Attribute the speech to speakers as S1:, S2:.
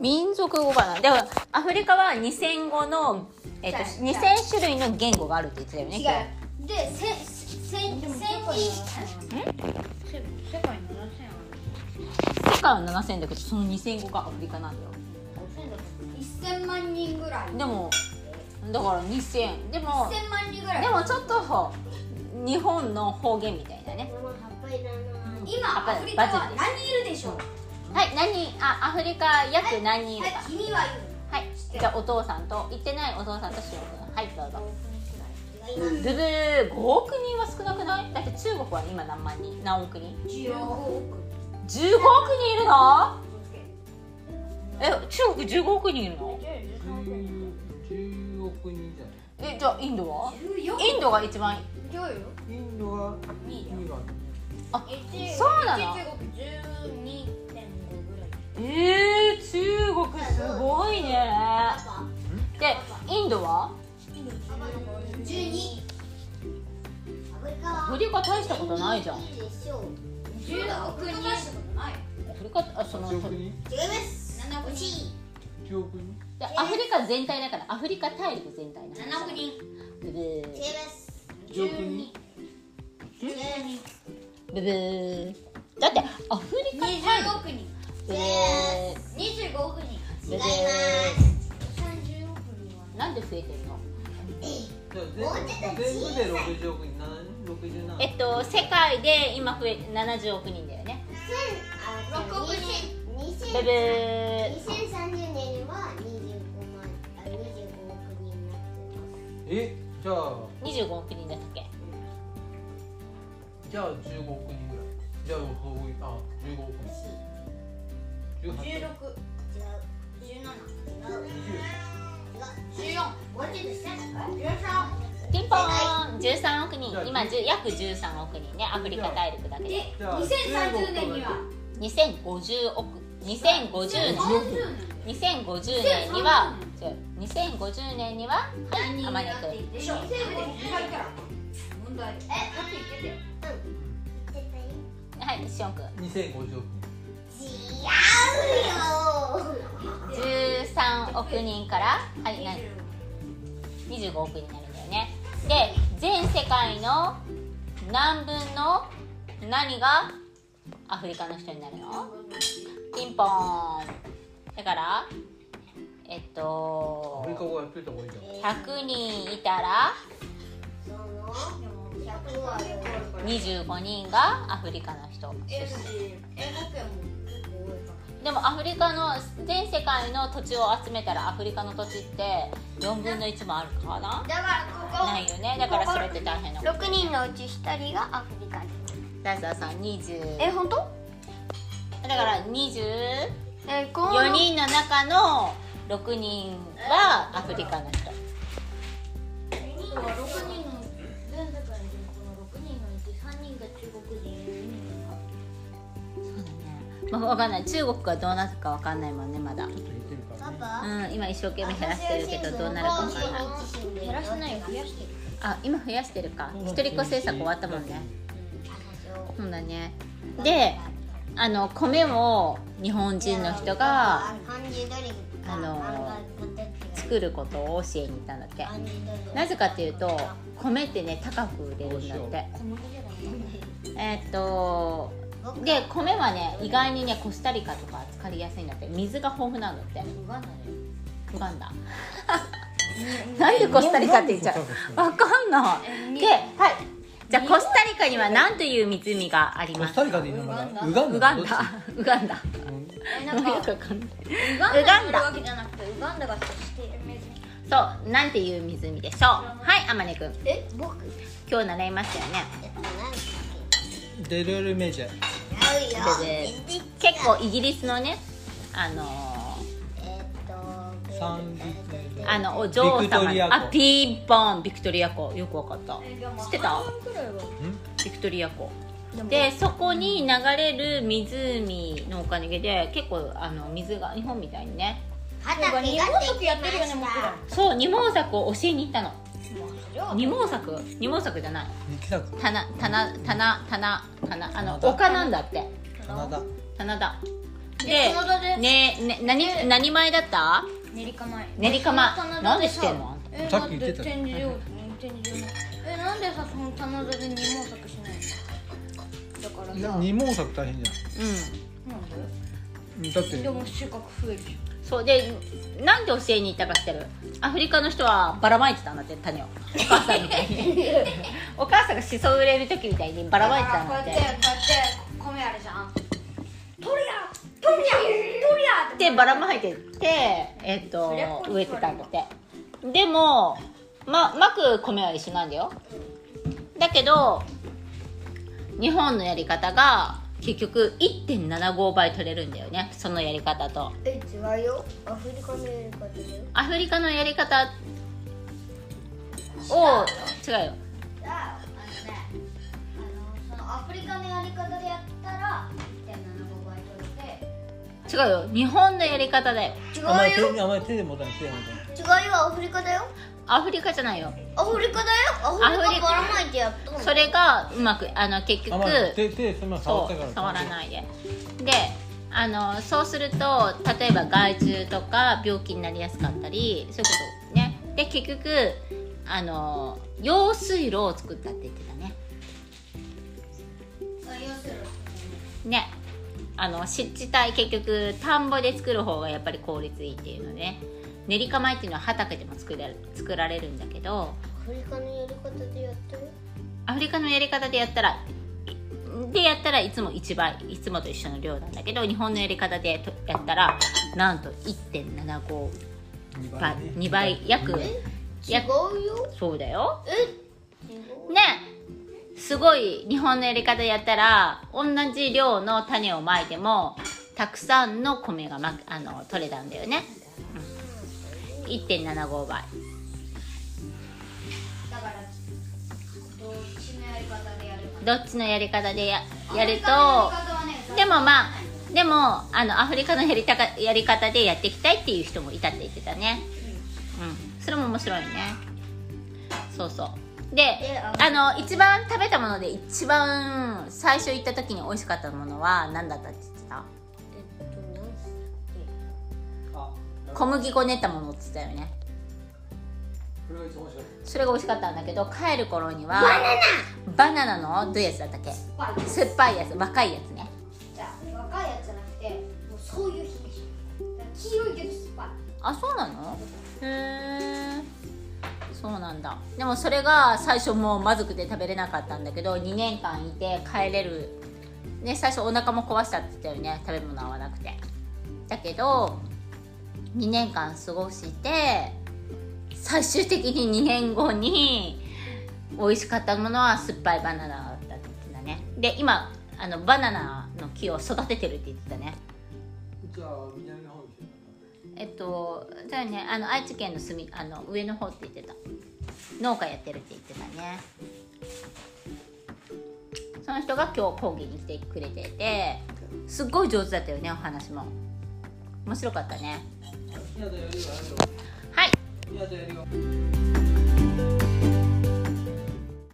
S1: 民族語かなでもアフリカは2000語の、えっと、
S2: じゃあ
S1: 2000種類の言語があるって言ってたよね今日
S2: 違うでせせ千人
S3: 世界の7000
S1: 世界は7000だけどその2000語がアフリカなんだよ
S2: 一千万人ぐらい
S1: でもだから2000でも
S2: 一千万人ぐらい
S1: でもちょっと日本の方言みたいなね
S2: 今アフリカは何人いるでしょう
S1: はい何あアフリカ約何人いるか
S2: はい君は
S1: はいじゃあお父さんと行ってないお父さんとしおくんはいどうぞ
S2: 言う
S1: ブブー5億人は少なくないだって中国は今何万人何億人
S2: 十五億
S1: 15億人いるのえ中国15億人いるの
S4: 10億人じゃな
S1: えじゃあインドは
S2: 十四
S1: インドが一番
S2: どうよ
S4: いインドが
S3: いいよ
S4: 2が
S1: そうなの
S3: 中国12.5ぐらい
S1: えー、中国すごいねでインドは
S2: 十二
S1: アフリカ大したことないじゃんア
S2: 十億人大したことない
S1: フリカあその
S4: 8億人
S2: 違います七億人
S4: 1億人
S1: でアフリカ全体だからアフリカ大陸全体な
S2: 七億人
S1: ブブー
S2: ます
S4: 1億人
S2: 十二
S1: ブブーだってアフリカ
S2: 二十億人
S1: ブブー
S2: 二十五億人
S1: ブブー
S2: 三十億人は
S1: なんで増えてるの
S4: じゃあ全部全部で60億人7
S1: えっ
S4: 67
S1: と世界で今増え70億人だよね
S2: 六億人
S1: ブブー
S4: えじゃあ
S1: 25億人だったっけ
S4: じゃあ15億人ぐらいじゃあ多いあ15億人18
S3: 1617
S4: 20
S2: 13
S1: ピンポーン13億人
S4: じゃあ
S1: 今10約13億人ねアフリカ大陸だけ
S2: で
S1: で
S4: じゃあ
S2: 2030年には
S1: 2050億2050年2050年には違う2050年にははい天音くん
S2: でしょ全部で書いたら問題えだって言ってたよ
S1: はい、しおんくん。
S4: 2050億
S1: 十三億人から、はい、な二十五億になるんだよね。で、全世界の何分の何がアフリカの人になるの？ピンポーン。だから、えっ
S4: 人アフリカ
S1: と、
S4: 語やっといた方がいいじゃん
S1: 百人いたら二十五人がアフリカの人。でもアフリカの全世界の土地を集めたらアフリカの土地って4分の1もあるかな
S2: だから
S1: ないよねだからそれって大変なこと
S2: ここ6人のうち1人がアフリカ人
S1: 大沢さん20
S2: え本当
S1: だから24
S2: えこの
S1: 人の中の6人はアフリカの人そうだねまあ分かんない中国がどうなるか分かんないもんねまだう
S4: ちょっと似てるから
S2: パ
S4: ね
S2: パ
S1: ん今一生懸命減らしてるけどどうなるか分かんない
S2: 減らしてないよ増やしてる
S1: あ今増やしてるか一人っ子政策終わったもんねそうだねであの米を日本人の人があの作ることを教えに行ったんだってなぜかっていうと米ってね高く売れるんだってえーっとで米はね意外にねコスタリカとか使いやすいんだって水が豊富なんだってウガンダなんでコスタリカって言っちゃうわかんないで、はい、じゃあコスタリカには何という湖があり
S4: コ
S1: ま
S4: ス
S1: す
S4: タリカでいいのかなウガンダ
S1: ウガンダウガンダ
S4: うん
S1: よくわかんな
S3: ウガ
S1: い
S3: ンダにいるわけじゃなくてウガンダが指定
S1: そう、なんていう湖でしょうはい、あまねくん
S2: え僕
S1: 今日習いましたよね
S4: デルルメジャー
S1: でで結構イギリスのねあの
S4: 三陸
S1: ーあのお嬢
S4: ビクト
S1: 様
S4: リア湖
S1: あピンポンビクトリア湖よくわかった知ってたビクトリア湖でそこに流れる湖のおかげで結構あの水が日本みたいにね
S3: 日本食やってるよねもちろん
S1: そう二毛作を教えに行ったの
S3: は
S1: 二毛作二毛作じゃない
S4: 力作
S1: 棚棚棚棚棚あの
S4: 棚田
S1: 丘なんだって
S4: 棚田
S1: 棚田で
S3: え体で
S1: ねね何何前だった
S3: 練り構え
S1: 練り構え
S3: そ棚田
S1: なんでしてんの
S3: え
S5: さっき言ってた
S3: だ展示用展示用えなんでさその棚田で二毛作しないのだからさ
S5: 二毛作大変じ
S1: う
S3: なんで
S5: ゃんだって
S3: でも収穫増えるじ
S1: んそうでなんで教えに行ったか知ってるアフリカの人はばらまいてたんだって種をお母さんみたいにお母さんがしそ植える時みたいにばらまいてたんだ
S2: こ
S1: っ
S2: う
S1: て
S2: やってこうやって米あるじゃん
S3: ゃん取りゃ取りゃ取りゃ
S1: でばらまいてってえっと
S3: そりゃこっち
S1: 植えてたんだってでもままく米は一緒なんだよだけど日本のやり方が結局1.75倍取れるんだよねそのやり方と
S6: え違うよアフリカのやり方だよ
S1: アフリカのやり方
S2: じゃああのねあの
S1: を違うよ
S2: そのアフリカのやり方でやったら1.75倍取れて
S1: 違うよ日本のやり方だよ
S5: あまり手あまり手で持たない手で持たない
S6: 違うよアフリカだよ
S1: アフリカじゃないよ
S6: アフリカだよアフ
S1: アフリカ
S6: リカばらまいてやったの
S1: それがうまくあの結
S5: あ
S1: 局
S5: まり手手そんな触った
S1: そ
S5: から
S1: う触ら
S5: い
S1: ないでであのそうすると例えば害虫とか病気になりやすかったりそういうことねで結局あの用水路を作ったって言ってたね
S2: あ要する
S1: ねあの湿地帯結局田んぼで作る方がやっぱり効率いいっていうので、ね、練り構えっていうのは畑でも作れる作られるんだけど
S6: アフリカのやり方でやってる
S1: アフリカのやり方でやったらでやったらいつも1倍いつもと一緒の量なんだけど日本のやり方でとやったらなんと1.75
S5: 二
S1: 倍
S5: 倍ね
S1: 2倍約
S6: 違
S1: や
S6: うよ
S1: そうだよ
S6: 違う
S1: ねすごい日本のやり方やったら同じ量の種をまいてもたくさんの米が、ま、あの取れたんだよね、うん、1.75倍
S2: だからどっちのやり方でやるか
S1: どっちのやり方でややる
S2: アフ
S1: と
S2: リカのやり方はね
S1: でもまあでもあのアフリカのやりたかやり方でやっていきたいっていう人もいたって言ってたねうんそれも面白いねそうそうで
S6: であ
S1: あの一番食べたもので一番最初行った時に美味しかったものは何だったって言ってた
S6: えっとなんだっけ
S1: 小麦粉練ったものって言ってたよね
S4: これが一番面白い
S1: それが美味しかったんだけど帰る頃にはバナナのどういうやつだったっけ
S2: バイ
S1: 酸っぱいやつ若いやつね
S2: じゃあ若いやつじゃなくてもうそういう品種だから黄色いけど酸っぱい
S1: あそうなのへえそうなんだでもそれが最初もうまずくて食べれなかったんだけど2年間いて帰れるね最初お腹も壊したって言ったよね食べ物合わなくてだけど2年間過ごして最終的に2年後に美味しかったものは酸っぱいバナナだったって言ってたねで今あのバナナの木を育ててるって言ってたね
S4: じゃあ南の方にしよ
S1: えっとじゃあねあの愛知県の隅あの上の方って言ってた農家やってるって言ってたねその人が今日講義に来てくれててすっごい上手だったよねお話も面白かったね
S4: うやだやるよやるよ
S1: はい
S4: やだやるよ